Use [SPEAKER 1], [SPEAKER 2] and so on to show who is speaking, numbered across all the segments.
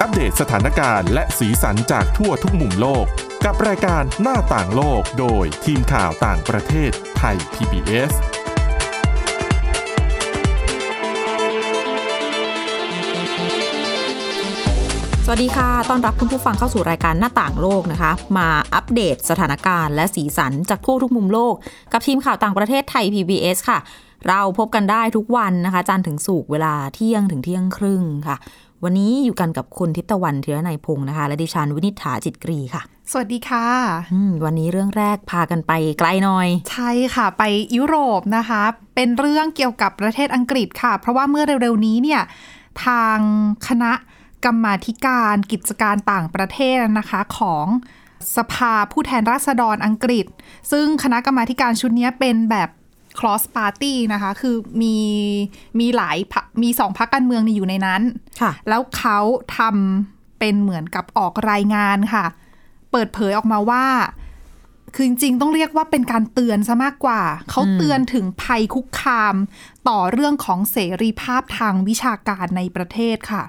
[SPEAKER 1] อัปเดตสถานการณ์และสีสันจากทั่วทุกมุมโลก กับรายการหน้าต่างโลกโดยทีมข่าวต่างประเทศไทย PBS
[SPEAKER 2] สวัสดีค่ะ ต้อนรับคุณผู้ฟังเข้าสู่รายการหน้าต่างโลกนะคะ มาอัปเดตสถานการณ์และสีสันจากทั่วทุกมุมโลก กับทีมข่าวต่างประเทศไทย PBS ค่ะ เราพบกันได้ทุกวันนะคะ จันทร์ถึงศุกร์เวลาเที่ยงถึงเที่ยงครึ่งค่ะ วันนี้อยู่กันกับคุณทิพย์ตะวันเทียนายพงศ์นะคะ และดิฉันวินิษฐาจิตกรีค่ะ
[SPEAKER 3] สวัสดีค่ะ
[SPEAKER 2] อืมวันนี้เรื่องแรกพากันไปไกลหน่อย
[SPEAKER 3] ใช่ค่ะ ไปยุโรปนะคะ เป็นเรื่องเกี่ยวกับประเทศอังกฤษค่ะ เพราะว่าเมื่อเร็วๆนี้เนี่ยทางคณะกรรมาธิการกิจการต่างประเทศนะคะของสภาผู้แทนราษฎรอังกฤษ ซึ่งคณะกรรมาธิการชุดเนี้ยเป็นแบบ cross party นะคะ คือมีมีหลายพรรคมีสองพักการเมืองเนี่ยอยู่ในนั้น
[SPEAKER 2] ค่ะ
[SPEAKER 3] แล้วเขาทำเป็นเหมือนกับออกรายงานค่ะ เปิดเผยออกมาว่า คือจริงๆ ต้องเรียกว่าเป็นการเตือนซะมากกว่า เขาเตือนถึงภัยคุกคาม ต่อเรื่องของเสรีภาพทางวิชาการในประเทศค่ะ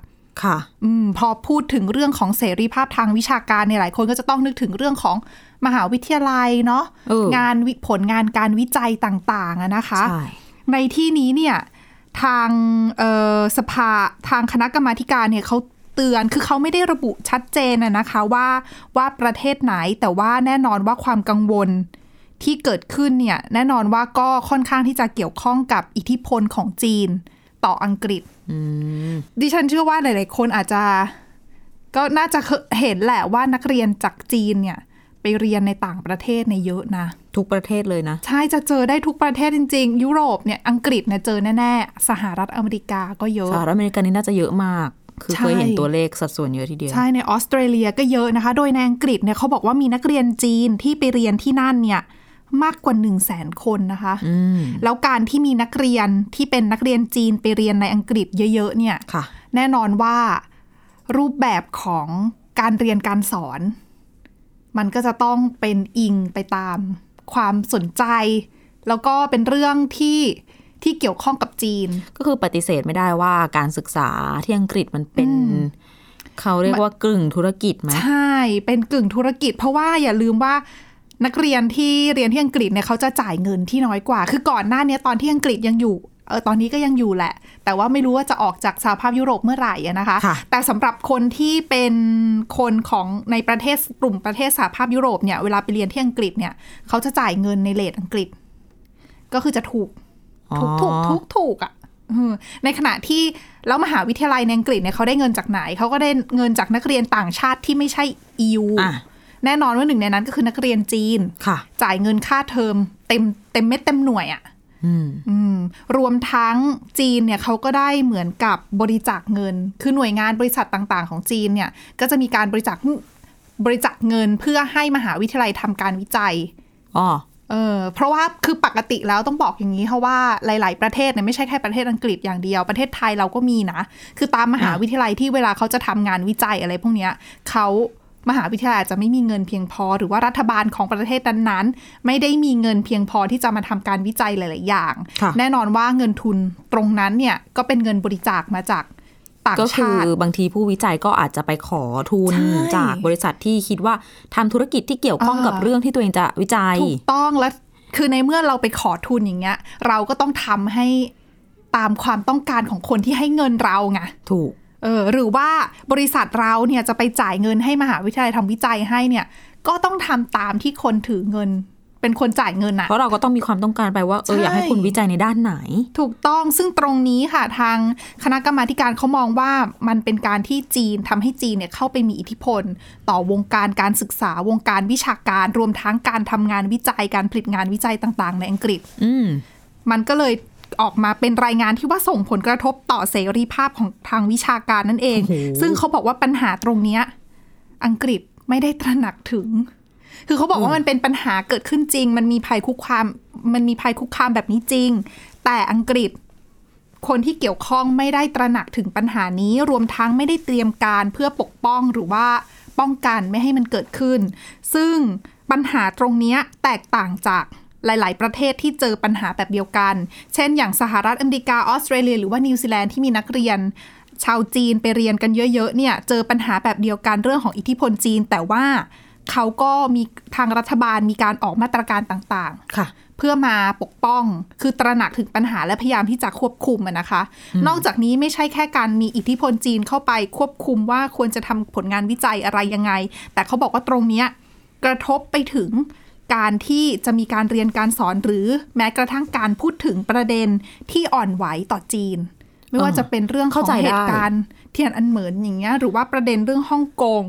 [SPEAKER 2] ค่ะ
[SPEAKER 3] อืมพอพูดถึงเรื่องของเสรีภาพทางวิชาการเนี่ยหลายคนก็จะต้องนึกถึงเรื่องของมหาวิทยาลัยเนาะ
[SPEAKER 2] เออ
[SPEAKER 3] งานวิผลงานการวิจัยต่างๆอะนะคะ
[SPEAKER 2] ใช่
[SPEAKER 3] ในที่นี้เนี่ยทางเอ่อสภาทางคณะกรรมาธิการเนี่ยเขาเตือนคือเขาไม่ได้ระบุชัดเจนนะนะคะว่าว่าประเทศไหนแต่ว่าแน่นอนว่าความกังวลที่เกิดขึ้นเนี่ยแน่นอนว่าก็ค่อนข้างที่จะเกี่ยวข้องกับอิทธิพลของจีนต่ออังกฤษ ดิฉันเชื่อว่าหลายๆคนอาจจะ ก็น่าจะเคยเห็นแหละว่านักเรียนจากจีนเนี่ยไปเรียนในต่างประเทศในยเยอะนะ
[SPEAKER 2] ทุกประเทศเลยนะ
[SPEAKER 3] ใช่จะเจอได้ทุกประเทศจริง ๆ ยุโรปเนี่ยอังกฤษเนี่ยเจอแน่ๆ สหรัฐอเมริกาก็เยอะ
[SPEAKER 2] สหรัฐอเมริกานี่น่าจะเยอะมาก คือเคย
[SPEAKER 3] ใช่
[SPEAKER 2] เห็นตัวเลขสัดส่วนเยอะทีเดียว
[SPEAKER 3] ใช่ในออสเตรเลียก็เยอะนะคะ โดยในอังกฤษเนี่ยเขาบอกว่ามีนักเรียนจีนที่ไปเรียนที่นั่นเนี่ยมากกว่า1นึ่งแสนคนนะคะ
[SPEAKER 2] อืม
[SPEAKER 3] แล้วการที่มีนักเรียนที่เป็นนักเรียนจีนไปเรียนในอังกฤษเยอะๆเนี่ย
[SPEAKER 2] ค่ะ
[SPEAKER 3] แน่นอนว่ารูปแบบของการเรียนการสอน มันก็จะต้องเป็นอิงไปตามความสนใจ แล้วก็เป็นเรื่องที่ที่เกี่ยวข้องกับจีน
[SPEAKER 2] ก็คือปฏิเสธไม่ได้ว่าการศึกษาที่อังกฤษมันเป็น เขาเรียกว่ากึ่งธุรกิจไหม
[SPEAKER 3] ใช่เป็นกึ่งธุรกิจ เพราะว่าอย่าลืมว่านักเรียนที่เรียนที่อังกฤษเนี่ยเขาจะจ่ายเงินที่น้อยกว่า คือก่อนหน้าเนี้ยตอนที่อังกฤษยังอยู่เออตอนนี้ก็ยังอยู่แหละ แต่ว่าไม่รู้ว่าจะออกจากสหภาพยุโรปเมื่อไหร่อะนะคะ
[SPEAKER 2] ค่ะ
[SPEAKER 3] แต่สำหรับคนที่เป็นคนของในประเทศกลุ่มประเทศสหภาพยุโรปเนี่ยเวลาไปเรียนที่อังกฤษเนี่ยเขาจะจ่ายเงินในเลทอังกฤษ ก็คือจะถูก ถูกถูกถูกถูกอ่ะอืมในขณะที่แล้วมหาวิทยาลัยในอังกฤษเนี่ยเขาได้เงินจากไหน เขาก็ได้เงินจากนักเรียนต่างชาติที่ไม่ใช่ EU
[SPEAKER 2] อ่ะ
[SPEAKER 3] แน่นอนว่าหนึ่งในนั้นก็คือนักเรียนจีน
[SPEAKER 2] ค่ะ
[SPEAKER 3] จ่ายเงินค่าเทอมเต็มเต็มเม็ดเต็มหน่วยอ่ะ
[SPEAKER 2] อืม
[SPEAKER 3] อืมรวมทั้งจีนเนี่ยเขาก็ได้เหมือนกับบริจาคเงิน คือหน่วยงานบริษัทต่าง ๆ ของจีนเนี่ยก็จะมีการบริจาคบริจาคเงินเพื่อให้มหาวิทยาลัยทำการวิจัย
[SPEAKER 2] อ๋อ
[SPEAKER 3] เออเพราะว่าคือปกติแล้วต้องบอกอย่างนี้เพราะว่าหลาย ๆ ประเทศเนี่ยไม่ใช่แค่ประเทศอังกฤษอย่างเดียว ประเทศไทยเราก็มีนะ คือตามมหา
[SPEAKER 2] อ่ะ
[SPEAKER 3] วิทยาลัยที่เวลาเขาจะทำงานวิจัยอะไรพวกเนี้ยเขามหาวิทยาลัยอาจจะไม่มีเงินเพียงพอ หรือว่ารัฐบาลของประเทศนั้นๆ ไม่ได้มีเงินเพียงพอที่จะมาทำการวิจัยหลาย ๆ อย่าง
[SPEAKER 2] ค่ะ
[SPEAKER 3] แน่นอนว่าเงินทุนตรงนั้นเนี่ยก็เป็นเงินบริจาคมาจากต่าง
[SPEAKER 2] ก็คื
[SPEAKER 3] ชา
[SPEAKER 2] อ
[SPEAKER 3] ติ
[SPEAKER 2] บางทีผู้วิจัยก็อาจจะไปขอทุน
[SPEAKER 3] ใช่
[SPEAKER 2] จากบริษัทที่คิดว่าทำธุรกิจที่เกี่ยวข้อง
[SPEAKER 3] อ่ากั
[SPEAKER 2] กับเรื่องที่ตัวเองจะวิจัย
[SPEAKER 3] ถูกต้องและคือในเมื่อเราไปขอทุนอย่างเงี้ย เราก็ต้องทำให้ตามความต้องการของคนที่ให้เงินเราไง
[SPEAKER 2] ถูก
[SPEAKER 3] เออหรือว่าบริษัทเราเนี่ยจะไปจ่ายเงินให้มหาวิทยาลัยทำวิจัยให้เนี่ย ก็ต้องทำตามที่คนถือเงิน เป็นคนจ่ายเงินอะ
[SPEAKER 2] เพราะเราก็ต้องมีความต้องการไปว่าเออ
[SPEAKER 3] ใช่
[SPEAKER 2] อยากให้คุณวิจัยในด้านไหน
[SPEAKER 3] ถูกต้องซึ่งตรงนี้ค่ะทางคณะกรรมาธิการเขามองว่ามันเป็นการที่จีนทำให้จีนเนี่ยเข้าไปมีอิทธิพล ต่อวงการการศึกษาวงการวิชาการรวมทั้งการทำงานวิจัยการผลิตงานวิจัยต่าง ๆ ในอังกฤษ
[SPEAKER 2] อืม
[SPEAKER 3] มันก็เลยออกมาเป็นรายงานที่ว่าส่งผลกระทบต่อเสรีภาพของทางวิชาการนั่นเอง
[SPEAKER 2] โอ้โห
[SPEAKER 3] ซึ่งเขาบอกว่าปัญหาตรงเนี้ยอังกฤษไม่ได้ตระหนักถึง คือเขาบอกว่ามันเป็นปัญหาเกิดขึ้นจริง มันมีภัยคุกคาม มันมีภัยคุกคามแบบนี้จริง แต่อังกฤษคนที่เกี่ยวข้องไม่ได้ตระหนักถึงปัญหานี้ รวมทั้งไม่ได้เตรียมการเพื่อปกป้องหรือว่าป้องกันไม่ให้มันเกิดขึ้น ซึ่งปัญหาตรงเนี้ยแตกต่างจากหลาย ๆ ประเทศที่เจอปัญหาแบบเดียวกัน เช่น อย่างสหรัฐอเมริกาออสเตรเลีย หรือว่านิวซีแลนด์ที่มีนักเรียน ชาวจีนไปเรียนกันเยอะๆเนี่ยเจอปัญหาแบบเดียวกันเรื่องของอิทธิพลจีน แต่ว่าเขาก็มีทางรัฐบาลมีการออกมาตรการต่างๆ
[SPEAKER 2] ค่ะ
[SPEAKER 3] เพื่อมาปกป้อง คือตระหนักถึงปัญหาและพยายามที่จะควบคุมอะนะคะ นอกจากนี้ไม่ใช่แค่การมีอิทธิพลจีนเข้าไปควบคุมว่าควรจะทำผลงานวิจัยอะไรยังไง แต่เขาบอกว่าตรงเนี้ยกระทบไปถึงการที่จะมีการเรียนการสอนหรือแม้กระทั่งการพูดถึงประเด็นที่อ่อนไหวต่อจีน ไม่ว่า
[SPEAKER 2] อ่า
[SPEAKER 3] จะเป็นเรื่องขอ
[SPEAKER 2] เข้าง ใจได้
[SPEAKER 3] เหตุการณ์เทียนอันเหมินอย่างเงี้ยหรือว่าประเด็นเรื่องฮ่องกง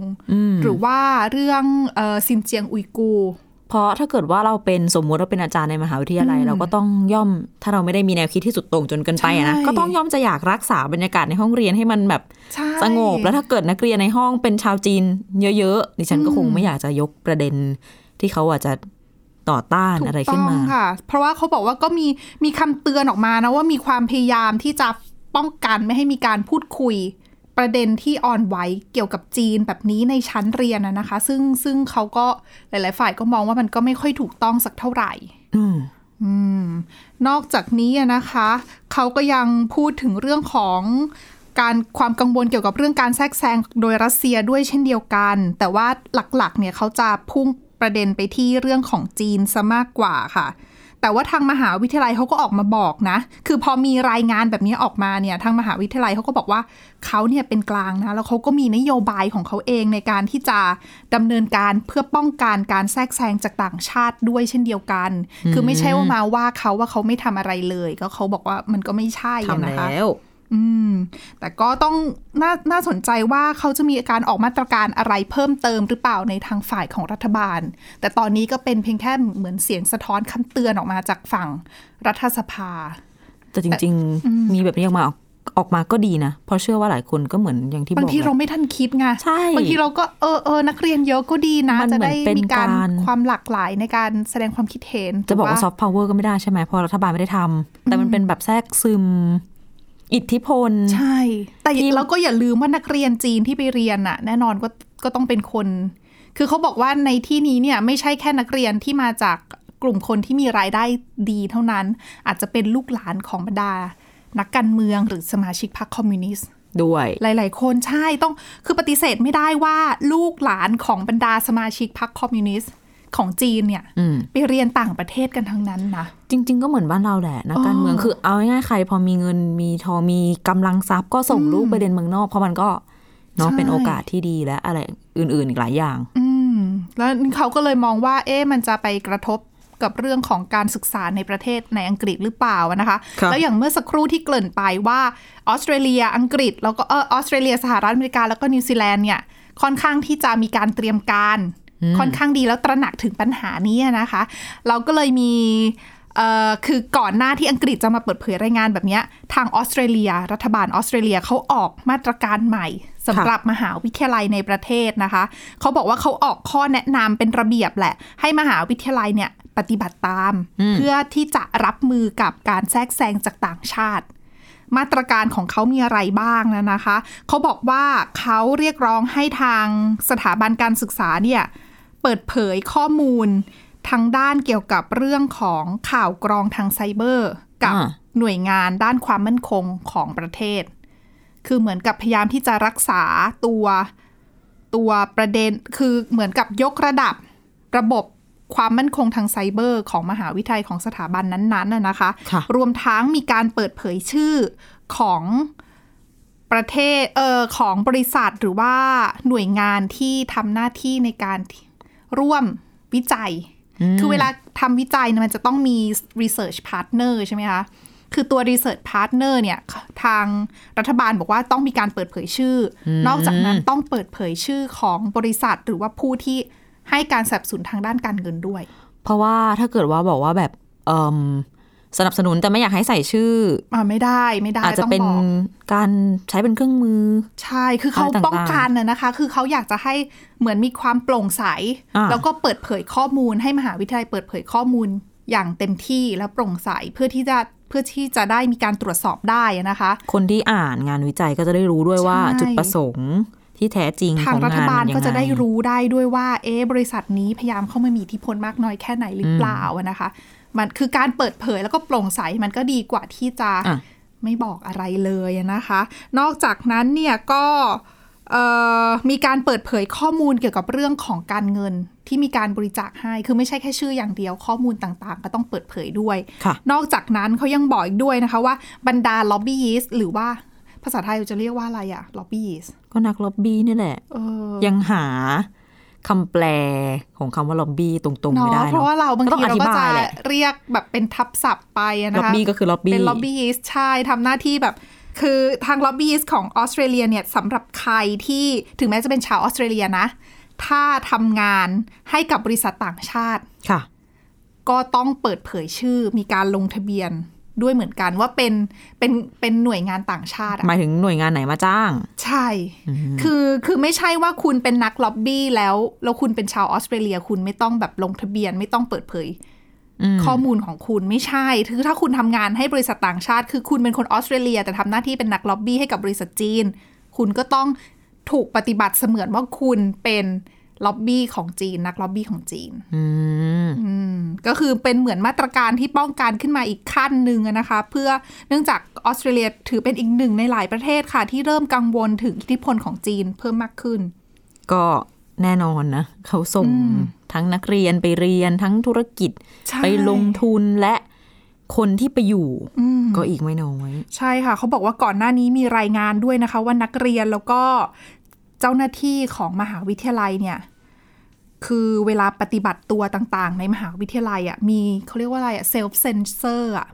[SPEAKER 3] หรือว่าเรื่องเอ่อซินเจียงอุยกู
[SPEAKER 2] เพราะถ้าเกิดว่าเราเป็นสมมุติเราเป็นอาจารย์ในมหาวิทยาลัย
[SPEAKER 3] อืม
[SPEAKER 2] เราก็ต้องย่อมถ้าเราไม่ได้มีแนวคิดที่สุดโต่งจนเกินไปอะนะ
[SPEAKER 3] ใช่
[SPEAKER 2] ก็ต้องย่อมจะอยากรักษาบรรยากาศในห้องเรียนให้มันแบบ
[SPEAKER 3] ใช่
[SPEAKER 2] สงบแล้วถ้าเกิดนักเรียนในห้องเป็นชาวจีนเยอะๆดิฉันก็คงไม่อยากจะยกประเด็น ที่เขาอาจจะต่อต้าน
[SPEAKER 3] ถู
[SPEAKER 2] อะไร
[SPEAKER 3] ก
[SPEAKER 2] ขึ้
[SPEAKER 3] ต้
[SPEAKER 2] น
[SPEAKER 3] อง
[SPEAKER 2] มา
[SPEAKER 3] ค่ะ เพราะว่าเขาบอกว่าก็มีมีคำเตือนออกมานะว่ามีความพยายามที่จะป้องกันไม่ให้มีการพูดคุย ประเด็นที่อ่อนไหวเกี่ยวกับจีนแบบนี้ในชั้นเรียนนะนะคะ ซึ่งซึ่งเขาก็หลาย ๆ ฝ่ายก็มองว่ามันก็ไม่ค่อยถูกต้องสักเท่าไหร่
[SPEAKER 2] อืม
[SPEAKER 3] อืมนอกจากนี้อะนะคะ เขาก็ยังพูดถึงเรื่องของการความกังวลเกี่ยวกับเรื่องการแทรกแซงโดยรัสเซียด้วยเช่นเดียวกัน แต่ว่าหลักๆเนี่ยเขาจะพุ่งประเด็นไปที่เรื่องของจีนซะมากกว่าค่ะ แต่ว่าทางมหาวิทยาลัยเขาก็ออกมาบอกนะ คือพอมีรายงานแบบนี้ออกมาเนี่ยทางมหาวิทยาลัยเขาก็บอกว่าเขาเนี่ยเป็นกลางนะแล้วเขาก็มีนโยบายของเขาเองในการที่จะดำเนินการเพื่อป้องกันการแทรกแซงจากต่างชาติด้วยเช่นเดียวกัน คือไม่ใช่ว่ามาว่าเขาว่าเขาไม่ทำอะไรเลย ก็เขาบอกว่ามันก็ไม่ใช่อะ
[SPEAKER 2] ทำ
[SPEAKER 3] นะคะ
[SPEAKER 2] แล้ว
[SPEAKER 3] อืม แต่ก็ต้องน่าน่าสนใจว่าเขาจะมีการออกมาตรการอะไรเพิ่มเติมหรือเปล่าในทางฝ่ายของรัฐบาล แต่ตอนนี้ก็เป็นเพียงแค่เหมือนเสียงสะท้อนคำเตือนออกมาจากฝั่งรัฐสภา
[SPEAKER 2] แต่จริง ๆ มีแบบนี้ออกมาออกมาก็ดีนะ เพราะเชื่อว่าหลายคนก็เหมือนอย่างที่บอก
[SPEAKER 3] บางที
[SPEAKER 2] แหละ
[SPEAKER 3] เราไม่ทันคิดไง
[SPEAKER 2] ใช่
[SPEAKER 3] บางทีเราก็เออเออนักเรียนเยอะก็ดีนะ
[SPEAKER 2] มัน
[SPEAKER 3] จะได้
[SPEAKER 2] เหมือนเป็น
[SPEAKER 3] มีการ
[SPEAKER 2] การ
[SPEAKER 3] ความหลากหลายในการแสดงความคิดเห็น
[SPEAKER 2] จะบอกว่าซ
[SPEAKER 3] ถู
[SPEAKER 2] อฟต์พาวเวอร์ก็ไม่ได้ใช่ไหมเพราะรัฐบาลไม่ได้ทำแต่มันเป็นแบบแทรกซึม อิทธิพล
[SPEAKER 3] ใช่ แต่
[SPEAKER 2] ที่
[SPEAKER 3] เราก็อย่าลืมว่านักเรียนจีนที่ไปเรียนน่ะ แน่นอนก็ก็ต้องเป็นคน คือเขาบอกว่าในที่นี้เนี่ยไม่ใช่แค่นักเรียนที่มาจากกลุ่มคนที่มีรายได้ดีเท่านั้น อาจจะเป็นลูกหลานของบรรดา นักการเมืองหรือสมาชิกพรรคคอมมิวนิสต์
[SPEAKER 2] ด้วย
[SPEAKER 3] หลาย ๆ คนใช่ต้องคือปฏิเสธไม่ได้ว่าลูกหลานของบรรดาสมาชิกพรรคคอมมิวนิสต์ของจีนเนี่ย
[SPEAKER 2] อืม
[SPEAKER 3] ไปเรียนต่างประเทศกันทั้งนั้นนะ
[SPEAKER 2] จริง ๆ ก็เหมือนบ้านเราแหละนะ
[SPEAKER 3] อ๋อ
[SPEAKER 2] การเมืองคือเอาง่ายๆใคร พอมีเงินมีทองมีกำลังทรัพย์ก็ส่งลูกไปเรียนเมืองนอก เพราะมันก็เนาะ
[SPEAKER 3] ใช่
[SPEAKER 2] เป็นโอกาสที่ดีและอะไรอื่น ๆ อีกหลายอย่าง
[SPEAKER 3] อืม แล้วเขาก็เลยมองว่า เอ๊ะมันจะไปกระทบกับเรื่องของการศึกษาในประเทศในอังกฤษหรือเปล่าอะนะคะ
[SPEAKER 2] ครับ
[SPEAKER 3] แล้วอย่างเมื่อสักครู่ที่เกริ่นไปว่าออสเตรเลียอังกฤษ แล้วก็เออออสเตรเลียสหรัฐอเมริกาแล้วก็นิวซีแลนด์เนี่ยค่อนข้างที่จะมีการเตรียมการ ค่อนข้างดีแล้วตระหนักถึงปัญหานี้อะนะคะ เราก็เลยมีเอ่อคือก่อนหน้าที่อังกฤษจะมาเปิดเผยรายงานแบบเนี้ยทางออสเตรเลีย รัฐบาลออสเตรเลียเขาออกมาตรการใหม่สำหรับมหาวิทยาลัยในประเทศนะคะ เขาบอกว่าเขาออกข้อแนะนำเป็นระเบียบแหละ ให้มหาวิทยาลัยเนี่ยปฏิบัติตาม เพื่อที่จะรับมือกับการแทรกแซงจากต่างชาติ มาตรการของเขามีอะไรบ้างนะนะคะ เขาบอกว่าเขาเรียกร้องให้ทางสถาบันการศึกษาเนี่ย เปิดเผยข้อมูลทางด้านเกี่ยวกับเรื่องของข่าวกรองทางไซเบอร์ กับ
[SPEAKER 2] อ่า
[SPEAKER 3] หน่วยงานด้านความมั่นคงของประเทศ คือเหมือนกับพยายามที่จะรักษาตัวตัวประเด็น คือเหมือนกับยกระดับระบบความมั่นคงทางไซเบอร์ของมหาวิทยาลัยของสถาบันนั้นๆน่ะนะคะ
[SPEAKER 2] ค่ะ
[SPEAKER 3] รวมทั้งมีการเปิดเผยชื่อของประเทศเออของบริษัทหรือว่าหน่วยงานที่ทำหน้าที่ในการร่วมวิจัย คือเวลาทำวิจัยเนี่ยมันจะต้องมี research partner ใช่ไหมคะ คือตัว research partner เนี่ยทางรัฐบาลบอกว่าต้องมีการเปิดเผยชื่ออนอกจากนั้นต้องเปิดเผยชื่อของบริษัทหรือว่าผู้ที่ให้การสนับสนุนทางด้านการเงินด้วย
[SPEAKER 2] เพราะว่าถ้าเกิดว่าบอกว่าแบบเอิ่มสนับสนุนแต่ไม่อยากให้ใส่ชื่อ
[SPEAKER 3] อ่าไม่ได้ไม่ได้
[SPEAKER 2] อาจจะ
[SPEAKER 3] ต้อง
[SPEAKER 2] เป็น
[SPEAKER 3] บอก
[SPEAKER 2] การใช้เป็นเครื่องมือ
[SPEAKER 3] ใช่ คือเขา
[SPEAKER 2] อะไรต่างๆ
[SPEAKER 3] ป้องกันน่ะนะคะ คือเขาอยากจะให้เหมือนมีความโปร่งใส
[SPEAKER 2] อ่า
[SPEAKER 3] แล้วก็เปิดเผยข้อมูลให้มหาวิทยาลัยเปิดเผยข้อมูลอย่างเต็มที่และโปร่งใสเพื่อที่จะเพื่อที่จะได้มีการตรวจสอบได้อะนะคะ
[SPEAKER 2] คนที่อ่านงานวิจัยก็จะได้รู้ด้วยว่า
[SPEAKER 3] ใช่
[SPEAKER 2] จุดประสงค์ที่แท้จริง
[SPEAKER 3] ทา
[SPEAKER 2] ข
[SPEAKER 3] ง
[SPEAKER 2] อง
[SPEAKER 3] รัฐ
[SPEAKER 2] งาน
[SPEAKER 3] บาล
[SPEAKER 2] มันยัง
[SPEAKER 3] ก็จะ
[SPEAKER 2] ไง
[SPEAKER 3] ได้รู้ได้ด้วยว่า เอะบริษัทนี้พยายามเข้ามามีอิทธิพลมากน้อยแค่ไหนหรือเปล่าอะนะคะ มันคือการเปิดเผยแล้วก็โปร่งใสมันก็ดีกว่าที่จะ
[SPEAKER 2] อ่ะ
[SPEAKER 3] ไม่บอกอะไรเลยนะคะ นอกจากนั้นเนี่ยก็เอ่อมีการเปิดเผยข้อมูลเกี่ยวกับเรื่องของการเงินที่มีการบริจาคให้ คือไม่ใช่แค่ชื่ออย่างเดียวข้อมูลต่างๆ ก็ต้องเปิดเผยด้วย
[SPEAKER 2] ค่ะ
[SPEAKER 3] นอกจากนั้นเขายังบอกอีกด้วยนะคะว่าบรรดาล็อบบี้ยิสหรือว่าภาษาไทยเราจะเรียกว่าอะไรอะล็อบบี้ยิส
[SPEAKER 2] ก็นักล็อบบี้นี่แหละ
[SPEAKER 3] เออ
[SPEAKER 2] ยังหาคำแปลของคำว่าล็อบบี้ตรงๆ ไม่ได้
[SPEAKER 3] เนาะเพราะว่าเราบาง
[SPEAKER 2] ก็ต้อ
[SPEAKER 3] ที
[SPEAKER 2] อ
[SPEAKER 3] เรา
[SPEAKER 2] ธิ
[SPEAKER 3] ก็
[SPEAKER 2] บา
[SPEAKER 3] จะ
[SPEAKER 2] ยแหละ
[SPEAKER 3] เรียกแบบเป็นทับศัพท์ไปอะนะคะ
[SPEAKER 2] ล็อบบี้ก็คือล็อบบี้
[SPEAKER 3] เป็นล็อบบี้ยิสต์ใช่ทำหน้าที่แบบ คือทางล็อบบี้ยิสต์ของออสเตรเลียเนี่ยสำหรับใครที่ถึงแม้จะเป็นชาวออสเตรเลียนะ ถ้าทำงานให้กับบริษัทต่างชาติ
[SPEAKER 2] ค่ะ
[SPEAKER 3] ก็ต้องเปิดเผยชื่อมีการลงทะเบียนด้วยเหมือนกันว่าเป็นเป็นเป็นหน่วยงานต่างชาติอะ
[SPEAKER 2] หมายถึงหน่วยงานไหนมาจ้าง
[SPEAKER 3] ใช่ คือ คือไม่ใช่ว่าคุณเป็นนักล็อบบี้แล้ว แล้วคุณเป็นชาวออสเตรเลีย คุณไม่ต้องแบบลงทะเบียน ไม่ต้องเปิดเผย ข้อมูลของคุณไม่ใช่คือถ้าคุณทำงานให้บริษัทต่างชาติ คือคุณเป็นคนออสเตรเลีย แต่ทำหน้าที่เป็นนักล็อบบี้ให้กับบริษัทจีน คุณก็ต้องถูกปฏิบัติเสมือนว่าคุณเป็นล็อบบี้ของจีน นักล็อบบี้ของจีน
[SPEAKER 2] อืม
[SPEAKER 3] ก็คือเป็นเหมือนมาตรการที่ป้องกันขึ้นมาอีกขั้นหนึ่งอะนะคะ เพื่อเนื่องจากออสเตรเลียถือเป็นอีกหนึ่งในหลายประเทศค่ะ ที่เริ่มกังวลถึงอิทธิพลของจีนเพิ่มมากขึ้น
[SPEAKER 2] ก็แน่นอนนะ เขาส่งทั้งนักเรียนไปเรียนทั้งธุรกิจ
[SPEAKER 3] ใช่
[SPEAKER 2] ไปลงทุนและคนที่ไปอยู่ ก็อีกไม่น้อย
[SPEAKER 3] ใช่ค่ะ เขาบอกว่าก่อนหน้านี้มีรายงานด้วยนะคะ ว่านักเรียนแล้วก็เจ้าหน้าที่ของมหาวิทยาลัยเนี่ย คือเวลาปฏิบัติตัวต่างๆ ในมหาวิทยาลัยอะ่ะมีเขาเรียกว่าอะไรอะ่ะเซลฟ์เซนเซอร์อ่ะ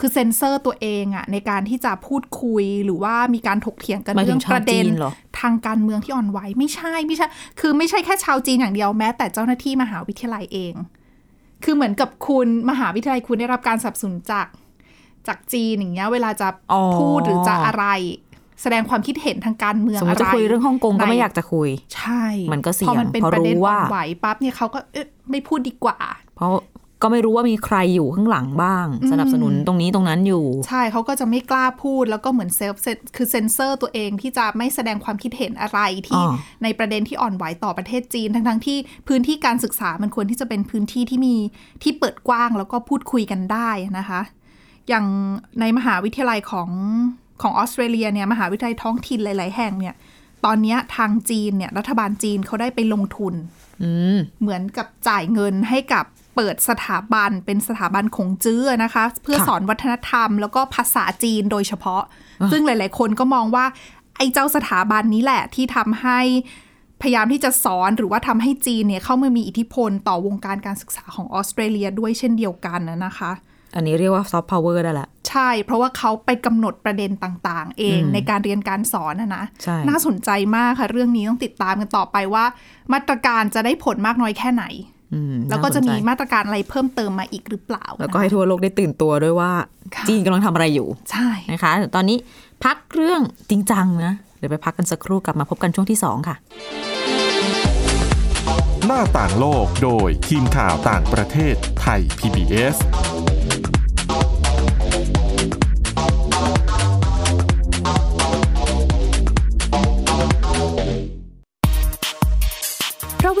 [SPEAKER 3] คือเซนเซอร์ตัวเองอะ่ะในการที่จะพูดคุยหรือว่ามีการถกเถียงกัน
[SPEAKER 2] หมายถึง
[SPEAKER 3] เรื่องประเด็น
[SPEAKER 2] ชาวจีนเหรอ
[SPEAKER 3] ทางการเมืองที่อ่อนไหวไม่ใช่ไม่ใช่ คือไม่ใช่แค่ชาวจีนอย่างเดียวแม้แต่เจ้าหน้าที่มหาวิทยาลัยเอง คือเหมือนกับคุณมหาวิทยาลัยคุณได้รับการสนับสนุนจาก จากจีนอย่างเงี้ยเวลาจะ
[SPEAKER 2] อ๋อ
[SPEAKER 3] พูดหรือจะอะไร แสดงความคิดเห็นทางการเมือง
[SPEAKER 2] สมม
[SPEAKER 3] อะไร
[SPEAKER 2] ติจะคุยเรื่องฮ่องกงก็ไม่อยากจะคุย
[SPEAKER 3] ใช่
[SPEAKER 2] มันก็เสี่ยง
[SPEAKER 3] พอมันเป็น
[SPEAKER 2] เพราะ
[SPEAKER 3] ประเด็น
[SPEAKER 2] รู้
[SPEAKER 3] อ่
[SPEAKER 2] ว่า
[SPEAKER 3] อนไหวปั๊บเนี่ยเขาก็เอ๊ะไม่พูดดีกว่า
[SPEAKER 2] เพราะก็ไม่รู้ว่ามีใครอยู่ข้างหลังบ้าง สนับสนุนตรงนี้ตรงนั้นอยู่
[SPEAKER 3] ใช่เขาก็จะไม่กล้าพูดแล้วก็เหมือนเซลฟ์คือเซนเซอร์ตัวเองที่จะไม่แสดงความคิดเห็นอะไรที่
[SPEAKER 2] อ่า
[SPEAKER 3] ในประเด็นที่อ่อนไหวต่อประเทศจีน ทั้งๆที่พื้นที่การศึกษามันควรที่จะเป็นพื้นที่ที่มีที่เปิดกว้างแล้วก็พูดคุยกันได้นะคะ อย่างในมหาวิทยาลัยของของออสเตรเลียเนี่ยมหาวิทยาลัยท้องถิ่นหลาย ๆ แห่งเนี่ยตอนเนี้ยทางจีนเนี่ยรัฐบาลจีนเขาได้ไปลงทุน
[SPEAKER 2] อืม
[SPEAKER 3] เหมือนกับจ่ายเงินให้กับเปิดสถาบันเป็นสถาบันของจื้อนะคะ เพื่อ
[SPEAKER 2] ค่ะ
[SPEAKER 3] สอนวัฒนธรรมแล้วก็ภาษาจีนโดยเฉพาะ ซึ่งหลาย ๆ คนก็มองว่า ไอ้เจ้าสถาบันนี้แหละที่ทำให้พยายามที่จะสอนหรือว่าทำให้จีนเนี่ยเข้ามามีอิทธิพลต่อวงการการศึกษาของออสเตรเลียด้วยเช่นเดียวกันน่ะนะคะ
[SPEAKER 2] อันนี้เรียกว่าซอฟต์พาวเวอร์ได้แหละ
[SPEAKER 3] ใช่ เพราะว่าเขาไปกำหนดประเด็นต่างๆ เองในการเรียนการสอนนะนะ
[SPEAKER 2] ใช่
[SPEAKER 3] น่าสนใจมากค่ะ เรื่องนี้ต้องติดตามกันต่อไปว่า มาตรการจะได้ผลมากน้อยแค่ไหน
[SPEAKER 2] อืม
[SPEAKER 3] แล้วก็จะมี
[SPEAKER 2] น่าสนใจ
[SPEAKER 3] มาตรการอะไรเพิ่มเติมมาอีกหรือเปล่า
[SPEAKER 2] แล้วก็ให้ทั่วโลกได้ตื่นตัวด้วยว่า
[SPEAKER 3] ค่ะ
[SPEAKER 2] จีนกำลังทำอะไรอยู่
[SPEAKER 3] ใช่
[SPEAKER 2] นะคะเดี๋ยวตอนนี้พักเรื่องจริงจังนะ เดี๋ยวไปพักกันสักครู่กลับมาพบกันช่วงที่ 2 ค่ะ
[SPEAKER 1] หน้าต่างโลกโดยทีมข่าวต่างประเทศไทย PBS
[SPEAKER 4] เพราะว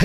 [SPEAKER 5] ให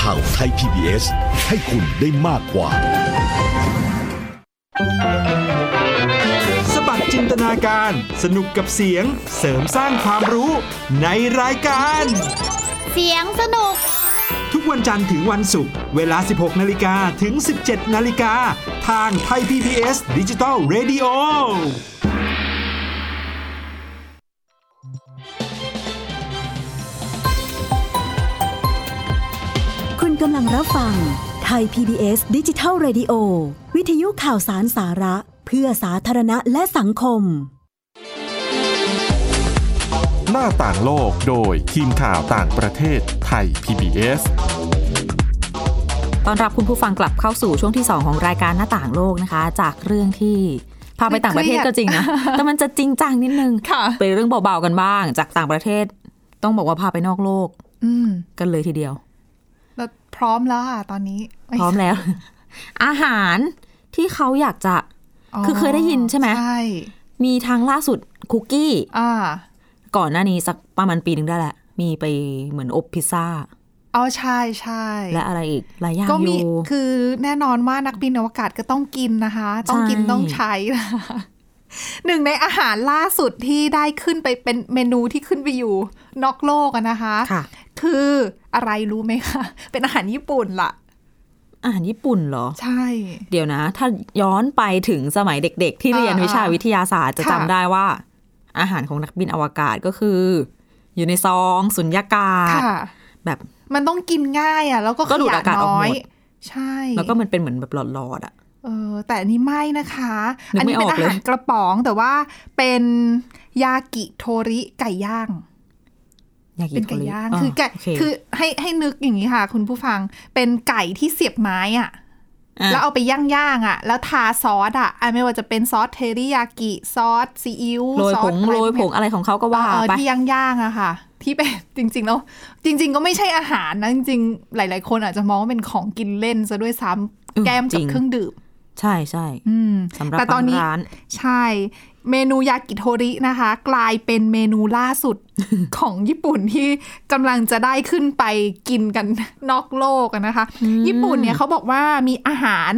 [SPEAKER 5] ข่าวไทย PBS ให้คุณได้มากกว่า
[SPEAKER 6] สบัดจินตนาการ สนุกกับเสียง เสริมสร้างความรู้ในรายการ
[SPEAKER 7] เสียงสนุก
[SPEAKER 6] ทุกวันจันทร์ถึงวันศุกร์เวลา 16 นาฬิกาถึง 17 นาฬิกา ทางไทย PPS ดิจิตอล Radio
[SPEAKER 7] คุณกำลังรับฟังไทย PBS ดิจิทัล Radio วิทยุข่าวสารสาระ เพื่อสาธารณะและสังคม
[SPEAKER 1] หน้าต่างโลกโดยทีมข่าวต่างประเทศไทย PBS
[SPEAKER 2] ตอนรับคุณผู้ฟังกลับเข้าสู่ช่วงที่ 2 ของรายการหน้าต่างโลกนะคะ จากเรื่องที่พาไปต่างประเทศก็จริงนะ แต่มันจะจริงจังนิดนึง
[SPEAKER 3] ค่ะ
[SPEAKER 2] ไปเรื่องเบาๆกันบ้าง จากต่างประเทศ ต้องบอกว่าพาไปนอกโลก
[SPEAKER 3] อืม
[SPEAKER 2] กันเลยทีเดียว
[SPEAKER 3] แล้วพร้อมแล้วค่ะตอนนี้
[SPEAKER 2] พร้อม แล้ว อาหารที่เขาอยากจะ คือเคยได้ยินใช่ไหม
[SPEAKER 3] ใช่
[SPEAKER 2] มีทางล่าสุดคุกกี้
[SPEAKER 3] อ่า
[SPEAKER 2] ก่อนหน้านี้สักประมาณปีหนึ่งได้แหละ มีไปเหมือนอบพิซซ่า
[SPEAKER 3] เอาใช่ใช่
[SPEAKER 2] และอะไรอีกหลายอย่าง
[SPEAKER 3] ก็
[SPEAKER 2] อ
[SPEAKER 3] มี
[SPEAKER 2] ยู่
[SPEAKER 3] คือแน่นอนว่านักบินอวกาศก็ต้องกินนะคะ ต้องกิน
[SPEAKER 2] ใช่
[SPEAKER 3] ต้องใช้ นะคะหนึ่งในอาหารล่าสุดที่ได้ขึ้นไปเป็นเมนูที่ขึ้นไปอยู่นอกโลกอะนะคะ
[SPEAKER 2] ค่ะ
[SPEAKER 3] คืออะไรรู้ไหมคะ เป็นอาหารญี่ปุ่นล่ะ
[SPEAKER 2] อาหารญี่ปุ่นเหรอ
[SPEAKER 3] ใช่
[SPEAKER 2] เดี๋ยวนะ ถ้าย้อนไปถึงสมัยเด็ก ๆ ที่เรียน
[SPEAKER 3] อ่า
[SPEAKER 2] วิชาวิทยาศาสตร์จะ
[SPEAKER 3] ค่ะ
[SPEAKER 2] จำได้ว่า อาหารของนักบินอวกาศก็คือ อยู่ในซองสุญญากาศ
[SPEAKER 3] ค่ะ
[SPEAKER 2] แบบ
[SPEAKER 3] มันต้องกินง่ายอ่ะ แล้วก็
[SPEAKER 2] ก็
[SPEAKER 3] ข
[SPEAKER 2] ดูด
[SPEAKER 3] ยะ
[SPEAKER 2] อากาศออก
[SPEAKER 3] น้
[SPEAKER 2] หมด
[SPEAKER 3] อย ใช่
[SPEAKER 2] แล้วก็มันเป็นเหมือนแบบหลอดๆอ่ะ
[SPEAKER 3] เออแต่อันนี้ไม่นะคะ
[SPEAKER 2] นึกไม่
[SPEAKER 3] อันี้เป็
[SPEAKER 2] อ
[SPEAKER 3] น
[SPEAKER 2] อก
[SPEAKER 3] อา
[SPEAKER 2] เลย
[SPEAKER 3] หารกระป๋องแต่ว่าเป็นยากิโทริไก่ย่าง
[SPEAKER 2] อยากกิ
[SPEAKER 3] เป็น นไก่ย่าง
[SPEAKER 2] โทริ
[SPEAKER 3] คือไก่
[SPEAKER 2] โเ
[SPEAKER 3] คือให้ให้นึกอย่างนี้ค่ะ คุณผู้ฟังเป็นไก่ที่เสียบไม้อ่ะ
[SPEAKER 2] อ่ะ
[SPEAKER 3] แล้วเอาไปย่างย่างๆอ่ะ แล้วทาซอสอ่ะอ่ะไม่ว่าจะเป็นซอสเทริยากิซอสซีอิ๊ว
[SPEAKER 2] โรย
[SPEAKER 3] ซอ
[SPEAKER 2] ผ
[SPEAKER 3] ส
[SPEAKER 2] ง
[SPEAKER 3] อะไร
[SPEAKER 2] โรย
[SPEAKER 3] พวก
[SPEAKER 2] ผง
[SPEAKER 3] เนี้ย
[SPEAKER 2] อะไรของเขาก็ว่า
[SPEAKER 3] เออ
[SPEAKER 2] ไป
[SPEAKER 3] ที่ย่างๆอะค่ะ ที่เป็น จริงๆแล้วจริง ๆ ก็ไม่ใช่อาหารนะ จริงๆ หลาย ๆ คนอาจจะมองว่าเป็นของกินเล่นซะด้วยซ้
[SPEAKER 2] อืม
[SPEAKER 3] ำแก้ม
[SPEAKER 2] จริ
[SPEAKER 3] กับ
[SPEAKER 2] ง
[SPEAKER 3] เครื่องดื่ม
[SPEAKER 2] ใช่ใช่
[SPEAKER 3] อืม
[SPEAKER 2] สำหรับ
[SPEAKER 3] แต่ตอนนี้
[SPEAKER 2] บางร้าน
[SPEAKER 3] ใช่ เมนูยากิโทรินะคะ กลายเป็นเมนูล่าสุด ของญี่ปุ่นที่กำลังจะได้ขึ้นไปกินกันนอกโลกอะนะคะ ญี่ปุ่นเนี่ยเขาบอกว่ามีอาหาร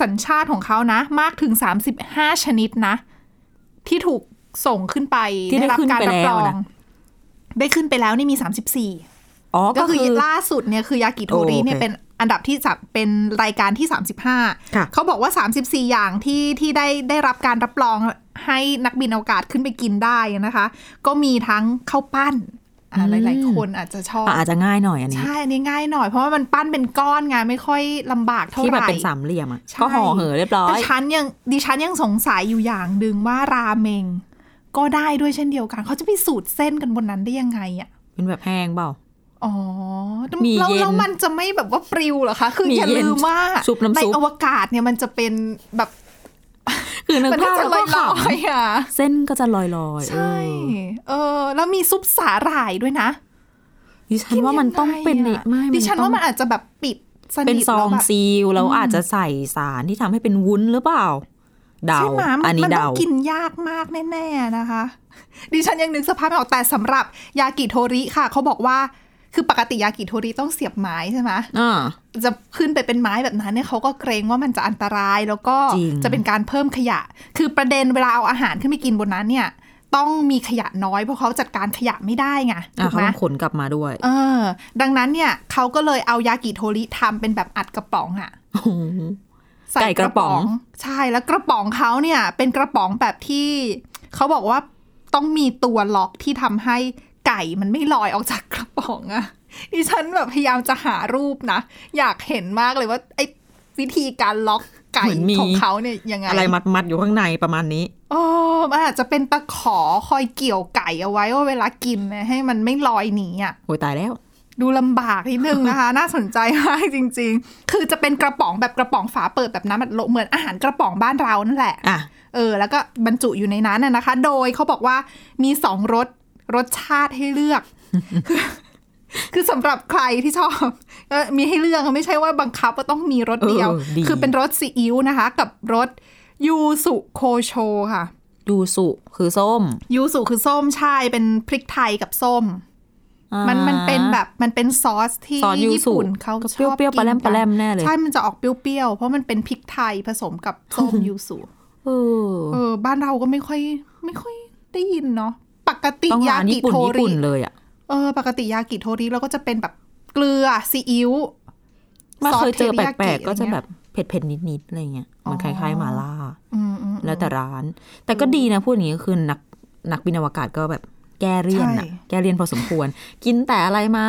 [SPEAKER 3] สัญชาติของเขานะ มากถึง 35 ชนิดนะ ที่ถูกส่งขึ้นไป
[SPEAKER 2] ที่ได้
[SPEAKER 3] รั
[SPEAKER 2] ขึ้น
[SPEAKER 3] การ
[SPEAKER 2] ไป
[SPEAKER 3] รั
[SPEAKER 2] แล้ว
[SPEAKER 3] รอง
[SPEAKER 2] นะ
[SPEAKER 3] ได้ขึ้นไปแล้วนี่มี 34
[SPEAKER 2] อ๋อ
[SPEAKER 3] ก็
[SPEAKER 2] ก็
[SPEAKER 3] คื
[SPEAKER 2] คือ อ
[SPEAKER 3] ล่าสุดเนี่ยคือยากิโทริ
[SPEAKER 2] โอเค
[SPEAKER 3] เนี่ยเป็นอันดับที่สามเป็นรายการที่
[SPEAKER 2] ค่ะ
[SPEAKER 3] 35 เขาบอกว่า 34 อย่างที่ที่ได้ได้รับการรับรองให้นักบินอวกาศขึ้นไปกินได้นะคะ ก็มีทั้งข้าวปั้นอ่ะหลาย ๆ คนอาจจะชอบ
[SPEAKER 2] อ่ะอาจจะง่ายหน่อยอันนี้
[SPEAKER 3] ใช่อันนี้ง่ายหน่อยเพราะว่ามันปั้นเป็นก้อนไงไม่ค่อยลำบากเท่าไหร่
[SPEAKER 2] ที่แบบเป็นสามเหลี่ยมอ่ะ
[SPEAKER 3] ใช่
[SPEAKER 2] ก็ห่อเห่อเรียบร้อ
[SPEAKER 3] แต่
[SPEAKER 2] ย
[SPEAKER 3] ฉันยังดิฉันยังสงสัยอยู่อย่างหนึ่งว่าราเมง ก็ได้ด้วยเช่นเดียวกัน เขาจะไปสูตรเส้นกันบนนั้นได้ยังไงอ่ะ
[SPEAKER 2] เป็นแบบแห้งเปล่า
[SPEAKER 3] อ๋อแล้ว
[SPEAKER 2] มี
[SPEAKER 3] แล้ว
[SPEAKER 2] เย็น
[SPEAKER 3] แล้วมันจะไม่แบบว่าปลิวเหรอคะ คือ
[SPEAKER 2] มี
[SPEAKER 3] อย่า
[SPEAKER 2] เย็น
[SPEAKER 3] ลืมว่า
[SPEAKER 2] ซุปน้ำ
[SPEAKER 3] ใน
[SPEAKER 2] ซุป
[SPEAKER 3] อวกาศเนี่ยมันจะเป็นแบบ
[SPEAKER 2] คือนึก
[SPEAKER 3] มัก็
[SPEAKER 2] ภาพ
[SPEAKER 3] จะ
[SPEAKER 2] แล้วก็
[SPEAKER 3] ลอยล
[SPEAKER 2] ข
[SPEAKER 3] อยอ่ะ
[SPEAKER 2] ำเส้นก็จะลอยลอย
[SPEAKER 3] ใช่ เออ แล้วมีซุปสาหร่ายด้วยนะ
[SPEAKER 2] ดิฉันว่ามันต้องเป็น
[SPEAKER 3] กิ
[SPEAKER 2] นี่
[SPEAKER 3] ยังไง
[SPEAKER 2] ไม่
[SPEAKER 3] อะดิฉัน
[SPEAKER 2] ต้อง
[SPEAKER 3] ว่ามันอาจจะแบบปิดสนิท
[SPEAKER 2] เป็นซอง
[SPEAKER 3] แล้วแบบ
[SPEAKER 2] ซีลแล้วอาจจะใส่สารที่ทำให้เป็นวุ้นหรือเปล่า เดา
[SPEAKER 3] ใช่ไหมมั
[SPEAKER 2] อัน
[SPEAKER 3] น
[SPEAKER 2] นี้
[SPEAKER 3] มันต้
[SPEAKER 2] เดา
[SPEAKER 3] องกินยากมากแน่ ๆ นะคะ ดิฉันยังนึกสภาพไม่ออกแต่สำหรับยากิโทริค่ะ เขาบอกว่าคือปกติยากิโทริต้องเสียบไม้ใช่ไหม
[SPEAKER 2] อ่า
[SPEAKER 3] จะขึ้นไปเป็นไม้แบบนั้นเนี่ยเขาก็เกรงว่ามันจะอันตรายแล้วก็
[SPEAKER 2] จริง
[SPEAKER 3] จะเป็นการเพิ่มขยะ คือประเด็นเวลาเอาอาหารขึ้นไปกินบนนั้นเนี่ย ต้องมีขยะน้อยเพราะเขาจัดการขยะไม่ได้ไง
[SPEAKER 2] อ่ะ
[SPEAKER 3] ถูก
[SPEAKER 2] เขา
[SPEAKER 3] ไหม
[SPEAKER 2] ต้องขนกลับมาด้วย
[SPEAKER 3] เออ ดังนั้นเนี่ยเขาก็เลยเอายากิโทริทำเป็นแบบอัดกระป๋องอะ
[SPEAKER 2] โอ้โห
[SPEAKER 3] ใส่
[SPEAKER 2] ไก่กระป๋อง
[SPEAKER 3] ใช่แล้วกระป๋องเขาเนี่ย เป็นกระป๋องแบบที่เขาบอกว่าต้องมีตัวล็อกที่ทำให้ไก่มันไม่ลอยออกจากกระป๋องอะ ดิฉันแบบพยายามจะหารูปนะ อยากเห็นมากเลยว่าไอ้วิธีการล็อกไก่ของเขาเนี่ยยังไง
[SPEAKER 2] อะไรมัดมัดๆอยู่ข้างในประมาณนี้
[SPEAKER 3] โอ้มันอาจจะเป็นตะขอคอยเกี่ยวไก่เอาไว้ว่าเวลากินเนี่ยให้มันไม่ลอยหนีอะ
[SPEAKER 2] โหยตายแล้ว
[SPEAKER 3] ดูลำบากนิดนึงนะคะ น่าสนใจมากจริง ๆ คือจะเป็นกระป๋องแบบกระป๋องฝาเปิดแบบน้ำอัดลมเหมือนอาหารกระป๋องบ้านเรานั่นแหละ
[SPEAKER 2] อ่ะ
[SPEAKER 3] เออ แล้วก็บรรจุอยู่ในนั้นน่ะนะคะ โดยเขาบอกว่ามีสองรสรสชาติให้เลือก คือคือสำหรับใครที่ชอบ เออมีให้เลือกไม่ใช่ว่าบังคับว่าต้องมีรสเดียว
[SPEAKER 2] เออดี
[SPEAKER 3] คือเป็นรสซีอิ๊วนะคะ กับรสยูสุโคโชค่ะ
[SPEAKER 2] ดูสุคือส้ม
[SPEAKER 3] ยูสุคือส้มใช่เป็นพริกไทยกับส้ม
[SPEAKER 2] อ่า
[SPEAKER 3] มันมันเป็นแบบมันเป็นซอสที่
[SPEAKER 2] ซอสยูสุ
[SPEAKER 3] ญี่ปุ่นเขา
[SPEAKER 2] ก็
[SPEAKER 3] ชอบ
[SPEAKER 2] เปรี้ยวๆ
[SPEAKER 3] กินกัน
[SPEAKER 2] ปลาแรมๆแน่เลย
[SPEAKER 3] ใช่ มันจะออกเปรี้ยวๆ เพราะมันเป็นพริกไทยผสม กับส้มยูสุ
[SPEAKER 2] เออ
[SPEAKER 3] เออบ้านเราก็ไม่ค่อยไม่ค่อยได้ยินเนาะปกติ
[SPEAKER 2] ต้อง
[SPEAKER 3] ยา
[SPEAKER 2] ร้าน
[SPEAKER 3] กิ
[SPEAKER 2] ญี่ปุ่น
[SPEAKER 3] โท
[SPEAKER 2] ญี่
[SPEAKER 3] ริ
[SPEAKER 2] ปุ่นเลยอ่ะ
[SPEAKER 3] เออปกติยากิโทริเราก็จะเป็นแบบ เกลือซีอิ๊ว
[SPEAKER 2] มาเคยเจอแป
[SPEAKER 3] ซ
[SPEAKER 2] ล
[SPEAKER 3] ส
[SPEAKER 2] ก
[SPEAKER 3] เทริยา
[SPEAKER 2] ๆ ก็จะแบบเผ็ดๆ นิดๆ อะไรเงี้ยมันคล้ายๆหมาล่า
[SPEAKER 3] อืมอืม
[SPEAKER 2] แล้วแต่ร้าน แต่ก็ดีนะพูดอย่างนี้ก็คือนักนักบินอวกาศก็แบบแก้เรียนอะแก้เรียนพอสมควร กินแต่อะไรมา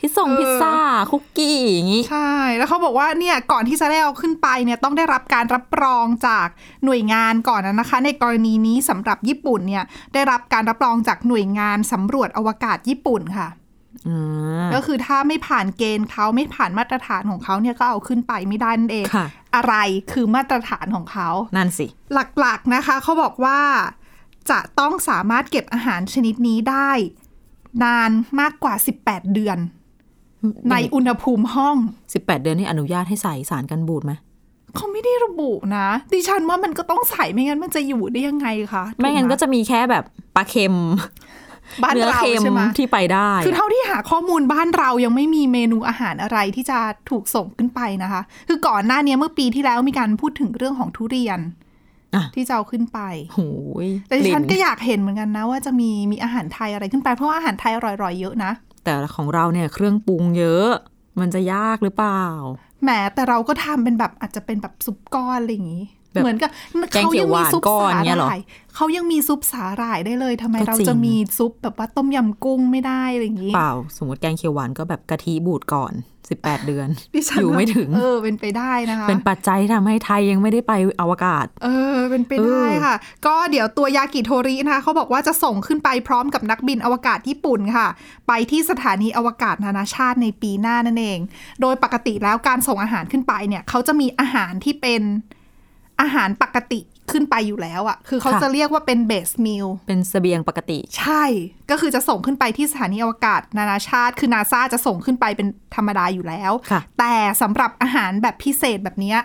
[SPEAKER 2] พิซซ่งพิซซ่า คุกกี้อย่างนี้
[SPEAKER 3] ใช่ แล้วเขาบอกว่าเนี่ยก่อนที่จะได้เอาขึ้นไปเนี่ยต้องได้รับการรับรองจากหน่วยงานก่อนนะคะ ในกรณีนี้สำหรับญี่ปุ่นเนี่ยได้รับการรับรองจากหน่วยงานสำรวจอวกาศญี่ปุ่นค่ะ
[SPEAKER 2] อ่า
[SPEAKER 3] ก็คือถ้าไม่ผ่านเกณฑ์เขาไม่ผ่านมาตรฐานของเขาเนี่ยก็เอาขึ้นไปไม่ได้นั่นเอง
[SPEAKER 2] ค่ะ
[SPEAKER 3] อะไรคือมาตรฐานของเขา
[SPEAKER 2] นั่นสิ
[SPEAKER 3] หลักๆนะคะเขาบอกว่าจะต้องสามารถเก็บอาหารชนิดนี้ได้ นานมากกว่า 18 เดือน ในอุณหภูมิห้อง
[SPEAKER 2] 18 เดือนนี่อนุญาตให้ใส่สารกันบูดไหม
[SPEAKER 3] เขาไม่ได้ระบุนะ ดิฉันว่ามันก็ต้องใส่ไม่งั้นมันจะอยู่ได้ยังไงคะ
[SPEAKER 2] ไม่งั้นก็จะมีแค่แบบปลาเค็ม
[SPEAKER 3] บ้าน
[SPEAKER 2] เนื้อ
[SPEAKER 3] เรา
[SPEAKER 2] เค็ม
[SPEAKER 3] ใช่ไหม
[SPEAKER 2] ที่ไปได้
[SPEAKER 3] คือเท่าที่หาข้อมูลบ้านเรายังไม่มีเมนูอาหารอะไรที่จะถูกส่งขึ้นไปนะคะ คือก่อนหน้าเนี้ยเมื่อปีที่แล้วมีการพูดถึงเรื่องของทุเรียน
[SPEAKER 2] อ่ะ
[SPEAKER 3] ที่จะเอาขึ้นไป
[SPEAKER 2] โอ้ย
[SPEAKER 3] แต่ดิฉัน
[SPEAKER 2] ก
[SPEAKER 3] ก็
[SPEAKER 2] ลิ่น
[SPEAKER 3] อยากเห็นเหมือนกันนะว่าจะมีมีอาหารไทยอะไรขึ้นไปเพราะว่าอาหารไทยอร่อยๆเยอะนะ
[SPEAKER 2] แต่ของเราเนี่ยเครื่องปรุงเยอะ มันจะยากหรือเปล่า
[SPEAKER 3] แหมแต่เราก็ทำเป็นแบบอาจจะเป็นแบบซุปก้อนอะไรอย่างนี้
[SPEAKER 2] แบบ
[SPEAKER 3] เหมือนกับ
[SPEAKER 2] แกงเขียวหวานก้อนเงี้ยเหรอ
[SPEAKER 3] เขายังมีซุปสาหร่ายได้เลยทำไม
[SPEAKER 2] ก็
[SPEAKER 3] เรา
[SPEAKER 2] จริง
[SPEAKER 3] จะมีซุปแบบว่าต้มยำกุ้งไม่ได้อะไรอย่างนี้
[SPEAKER 2] เปล่า สมมติแกงเขียวหวานก็แบบกะทิบูดก่อน 18 เดือน
[SPEAKER 3] ดิฉัน
[SPEAKER 2] อยู่ไม่ถึง
[SPEAKER 3] เออเป็นไปได้นะคะ
[SPEAKER 2] เป็นปัจจัยที่ทำให้ไทยยังไม่ได้ไปอวกาศ
[SPEAKER 3] เออเป็นไปได้
[SPEAKER 2] เออ
[SPEAKER 3] ค่ะ ก็เดี๋ยวตัวยากิโทรินะคะเขาบอกว่าจะส่งขึ้นไปพร้อมกับนักบินอวกาศญี่ปุ่นค่ะ ไปที่สถานีอวกาศนานาชาติในปีหน้านั่นเอง โดยปกติแล้วการส่งอาหารขึ้นไปเนี่ยเขาจะมีอาหารที่เป็นอาหารปกติขึ้นไปอยู่แล้วอะ่ะคือเขาจะเรียกว่าเป็นเบสมิล
[SPEAKER 2] เป็นเสบียงปกติ
[SPEAKER 3] ใช่ ก็คือจะส่งขึ้นไปที่สถานีอวกาศนานาชาติ คือนาซาจะส่งขึ้นไปเป็นธรรมดาอยู่แล้ว
[SPEAKER 2] ค่ะ
[SPEAKER 3] แต่สำหรับอาหารแบบพิเศษแบบเนี้ย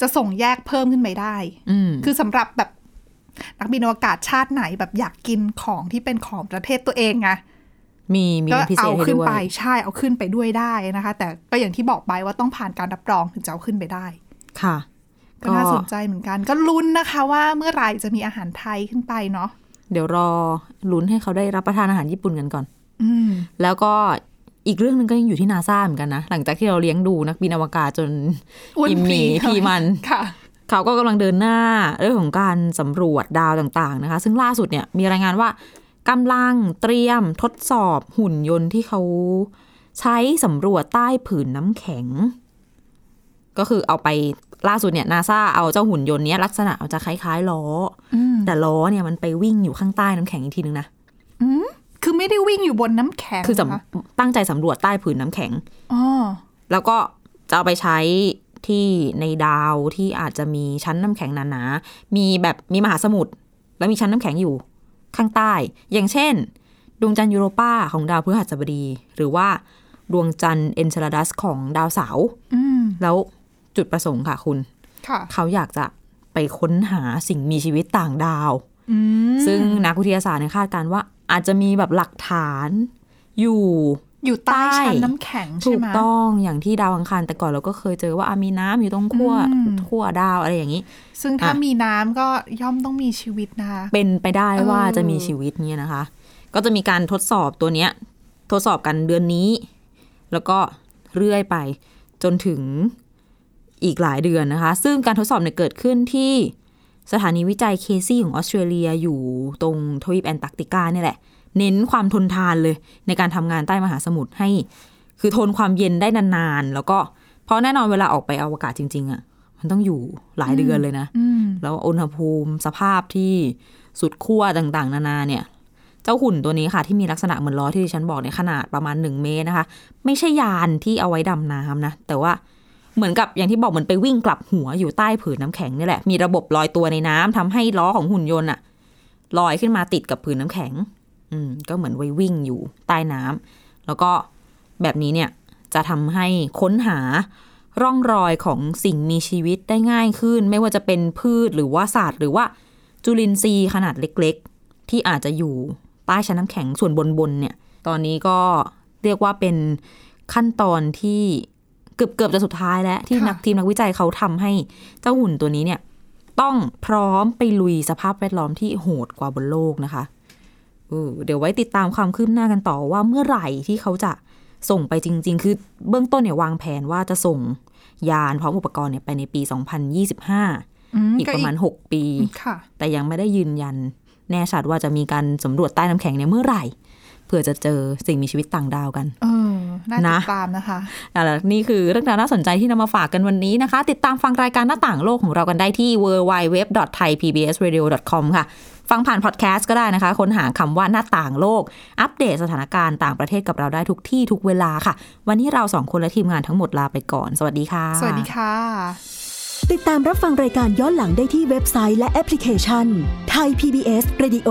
[SPEAKER 3] จะส่งแยกเพิ่มขึ้นไปได้
[SPEAKER 2] อืม
[SPEAKER 3] คือสำหรับแบบนักบินอวกาศชาติไหนแบบอยากกินของที่เป็นของประเทศตัวเองไง
[SPEAKER 2] มีมี
[SPEAKER 3] ก็
[SPEAKER 2] เป็นพิเศ
[SPEAKER 3] เอา
[SPEAKER 2] ษให้
[SPEAKER 3] ขึ้น
[SPEAKER 2] ด้ว
[SPEAKER 3] ไป
[SPEAKER 2] ย
[SPEAKER 3] ใช่เอาขึ้นไปด้วยได้นะคะ แต่ก็อย่างที่บอกไปว่าต้องผ่านการรับรองถึงจะเอาขึ้นไปได้
[SPEAKER 2] ค่ะ
[SPEAKER 3] ก็น่าสนใจเหมือนกัน ก็ลุ้นนะคะว่าเมื่อไหร่จะมีอาหารไทยขึ้นไปเนาะ
[SPEAKER 2] เดี๋ยวรอลุ้นให้เขาได้รับประทานอาหารญี่ปุ่นกันก่อน
[SPEAKER 3] อืม
[SPEAKER 2] แล้วก็อีกเรื่องหนึ่งก็ยังอยู่ที่นาซาเหมือนกันนะ หลังจากที่เราเลี้ยงดูนักบินอวกาศจน
[SPEAKER 3] อ้วน
[SPEAKER 2] อิ่มหมี
[SPEAKER 3] พรี
[SPEAKER 2] พีมัน
[SPEAKER 3] ค่ะ
[SPEAKER 2] เขาก็กำลังเดินหน้าเรื่องของการสำรวจดาวต่างๆนะคะ ซึ่งล่าสุดเนี่ยมีรายงานว่ากำลังเตรียมทดสอบหุ่นยนต์ที่เขาใช้สำรวจใต้ผืนน้ำแข็ง ก็คือเอาไปล่าสุดเนี่ยนาซาเอาเจ้าหุ่นยนต์เนี้ยลักษณะเอาจะคล้ายๆล้ออ
[SPEAKER 3] ม
[SPEAKER 2] แต่ล้อเนี่ยมันไปวิ่งอยู่ข้างใต้น้ำแข็งอีกทีนึงนะ
[SPEAKER 3] คือไม่ได้วิ่งอยู่บนน้ำแข็ง
[SPEAKER 2] คือสำ
[SPEAKER 3] นะะ
[SPEAKER 2] ตั้งใจสำรวจใต้ผืนน้ำแข็ง
[SPEAKER 3] อ๋อ
[SPEAKER 2] แล้วก็จะเอาไปใช้ที่ในดาวที่อาจจะมีชั้นน้ำแข็งหนาๆ มีแบบมีมหาสมุทรแล้วมีชั้นน้ำแข็งอยู่ข้างใต้ อย่างเช่น ดวงจันทร์ยูโรปาของดาวพฤหัสบดี หรือว่าดวงจันทร์เอนเซลาดัสของดาวเสาร์
[SPEAKER 3] อืม
[SPEAKER 2] แล้วจุดประสงค์ค่ะคุณ
[SPEAKER 3] ค่ะ
[SPEAKER 2] เขาอยากจะไปค้นหาสิ่งมีชีวิตต่างดาว
[SPEAKER 3] อืม
[SPEAKER 2] ซึ่งนักวิทยาศาสตร์เนี่ยคาดการณ์ว่าอาจจะมีแบบหลักฐานอยู่
[SPEAKER 3] อยู่ใต้
[SPEAKER 2] ใต้
[SPEAKER 3] ชั้นน้ำแข็ง
[SPEAKER 2] ถู
[SPEAKER 3] ใช่
[SPEAKER 2] ก
[SPEAKER 3] ไหม
[SPEAKER 2] ต้องอย่างที่ดาวอังคารแต่ก่อนเราก็เคยเจอว่าอ่ะมีน้ำอยู่ตรงขั้ว
[SPEAKER 3] อืม
[SPEAKER 2] ขั้วดาวอะไรอย่างนี้
[SPEAKER 3] ซึ่งถ้า
[SPEAKER 2] อ่ะ
[SPEAKER 3] มีน้ำก็ย่อมต้องมีชีวิตนะคะ
[SPEAKER 2] เป็นไปได้ว่า
[SPEAKER 3] เออ
[SPEAKER 2] จะมีชีวิตเนี่ยนะคะ ก็จะมีการทดสอบตัวเนี้ย ทดสอบกันเดือนนี้ แล้วก็เรื่อยไปจนถึงอีกหลายเดือนนะคะ ซึ่งการทดสอบเนี่ยเกิดขึ้นที่สถานีวิจัยเคซี่ของออสเตรเลียอยู่ตรงทวีปแอนตาร์กติกาเนี่ยแหละ เน้นความทนทานเลย ในการทำงานใต้มหาสมุทรให้ คือทนความเย็นได้นานๆ แล้วก็เพราะแน่นอนเวลาออกไปอวกาศจริง ๆอะ่ะมันต้องอยู่หลายเดือนเลยนะ
[SPEAKER 3] อืม
[SPEAKER 2] แล้วอุณหภูมิสภาพที่สุดขั้วต่างๆ นานาเนี่ย เจ้าหุ่นตัวนี้ค่ะ ที่มีลักษณะเหมือนล้อที่ดิฉันบอกในยขนาดประมาณ 1 เมตรนะคะ ไม่ใช่ยานที่เอาไว้ดำน้ำนะ แต่ว่าเหมือนกับอย่างที่บอกเหมือนไปวิ่งกลับหัวอยู่ใต้ผืนน้ำแข็งนี่แหละ มีระบบลอยตัวในน้ำทำให้ล้อของหุ่นยนต์อะลอยขึ้นมาติดกับผืนน้ำแข็ง อืมก็เหมือนไว้วิ่งอยู่ใต้น้ำแล้วก็แบบนี้เนี่ยจะทำให้ค้นหา ร่องรอยของสิ่งมีชีวิตได้ง่ายขึ้น ไม่ว่าจะเป็นพืชหรือว่าสัตว์หรือว่าจุลินทรีย์ขนาดเล็กๆ ที่อาจจะอยู่ใต้ชั้นน้ำแข็งส่วนบนๆเนี่ย ตอนนี้ก็เรียกว่าเป็นขั้นตอนที่เกือบเกือบๆจะสุดท้ายแล้ว ที่
[SPEAKER 3] ค่ะ
[SPEAKER 2] นักทีมนักวิจัยเขาทำให้เจ้าหุ่นตัวนี้เนี่ย ต้องพร้อมไปลุยสภาพแวดล้อมที่โหดกว่าบนโลกนะคะเออเดี๋ยวไว้ติดตามความคืบหน้ากันต่อว่าเมื่อไหร่ที่เขาจะ ส่งไปจริง ๆ คือเบื้องต้นเนี่ยวางแผนว่าจะส่งยานพร้อมอุปกรณ์เนี่ยไปในปี 2025
[SPEAKER 3] ม
[SPEAKER 2] อีกประมาณ 6 ปี
[SPEAKER 3] ค่ะ
[SPEAKER 2] แต่ยังไม่ได้ยืนยันแน่ชัดว่าจะมีการสำรวจใต้น้ำแข็งเนี่ยเมื่อไหร่ เพื่อจะเจอสิ่งมีชีวิตต่างดาวกัน
[SPEAKER 3] เออ น่าติ
[SPEAKER 2] นะ
[SPEAKER 3] ดตามนะคะ
[SPEAKER 2] เอาล่ะนี่คือเรื่องราวน่าสนใจที่นำมาฝากกันวันนี้นะคะ ติดตามฟังรายการหน้าต่างโลกของเรากันได้ที่ www.thaipbsradio.com ค่ะ ฟังผ่านพอดแคสต์ก็ได้นะคะ ค้นหาคำว่าหน้าต่างโลก อัปเดตสถานการณ์ต่างประเทศกับเราได้ทุกที่ทุกเวลาค่ะ วันนี้เราสองคนและทีมงานทั้งหมดลาไปก่อน สวัสดีค่ะ
[SPEAKER 3] สวัสดีค่ะ
[SPEAKER 4] ติดตามรับฟังรายการย้อนหลังได้ที่เว็บไซต์และแอปพลิเคชันไทย PBS Radio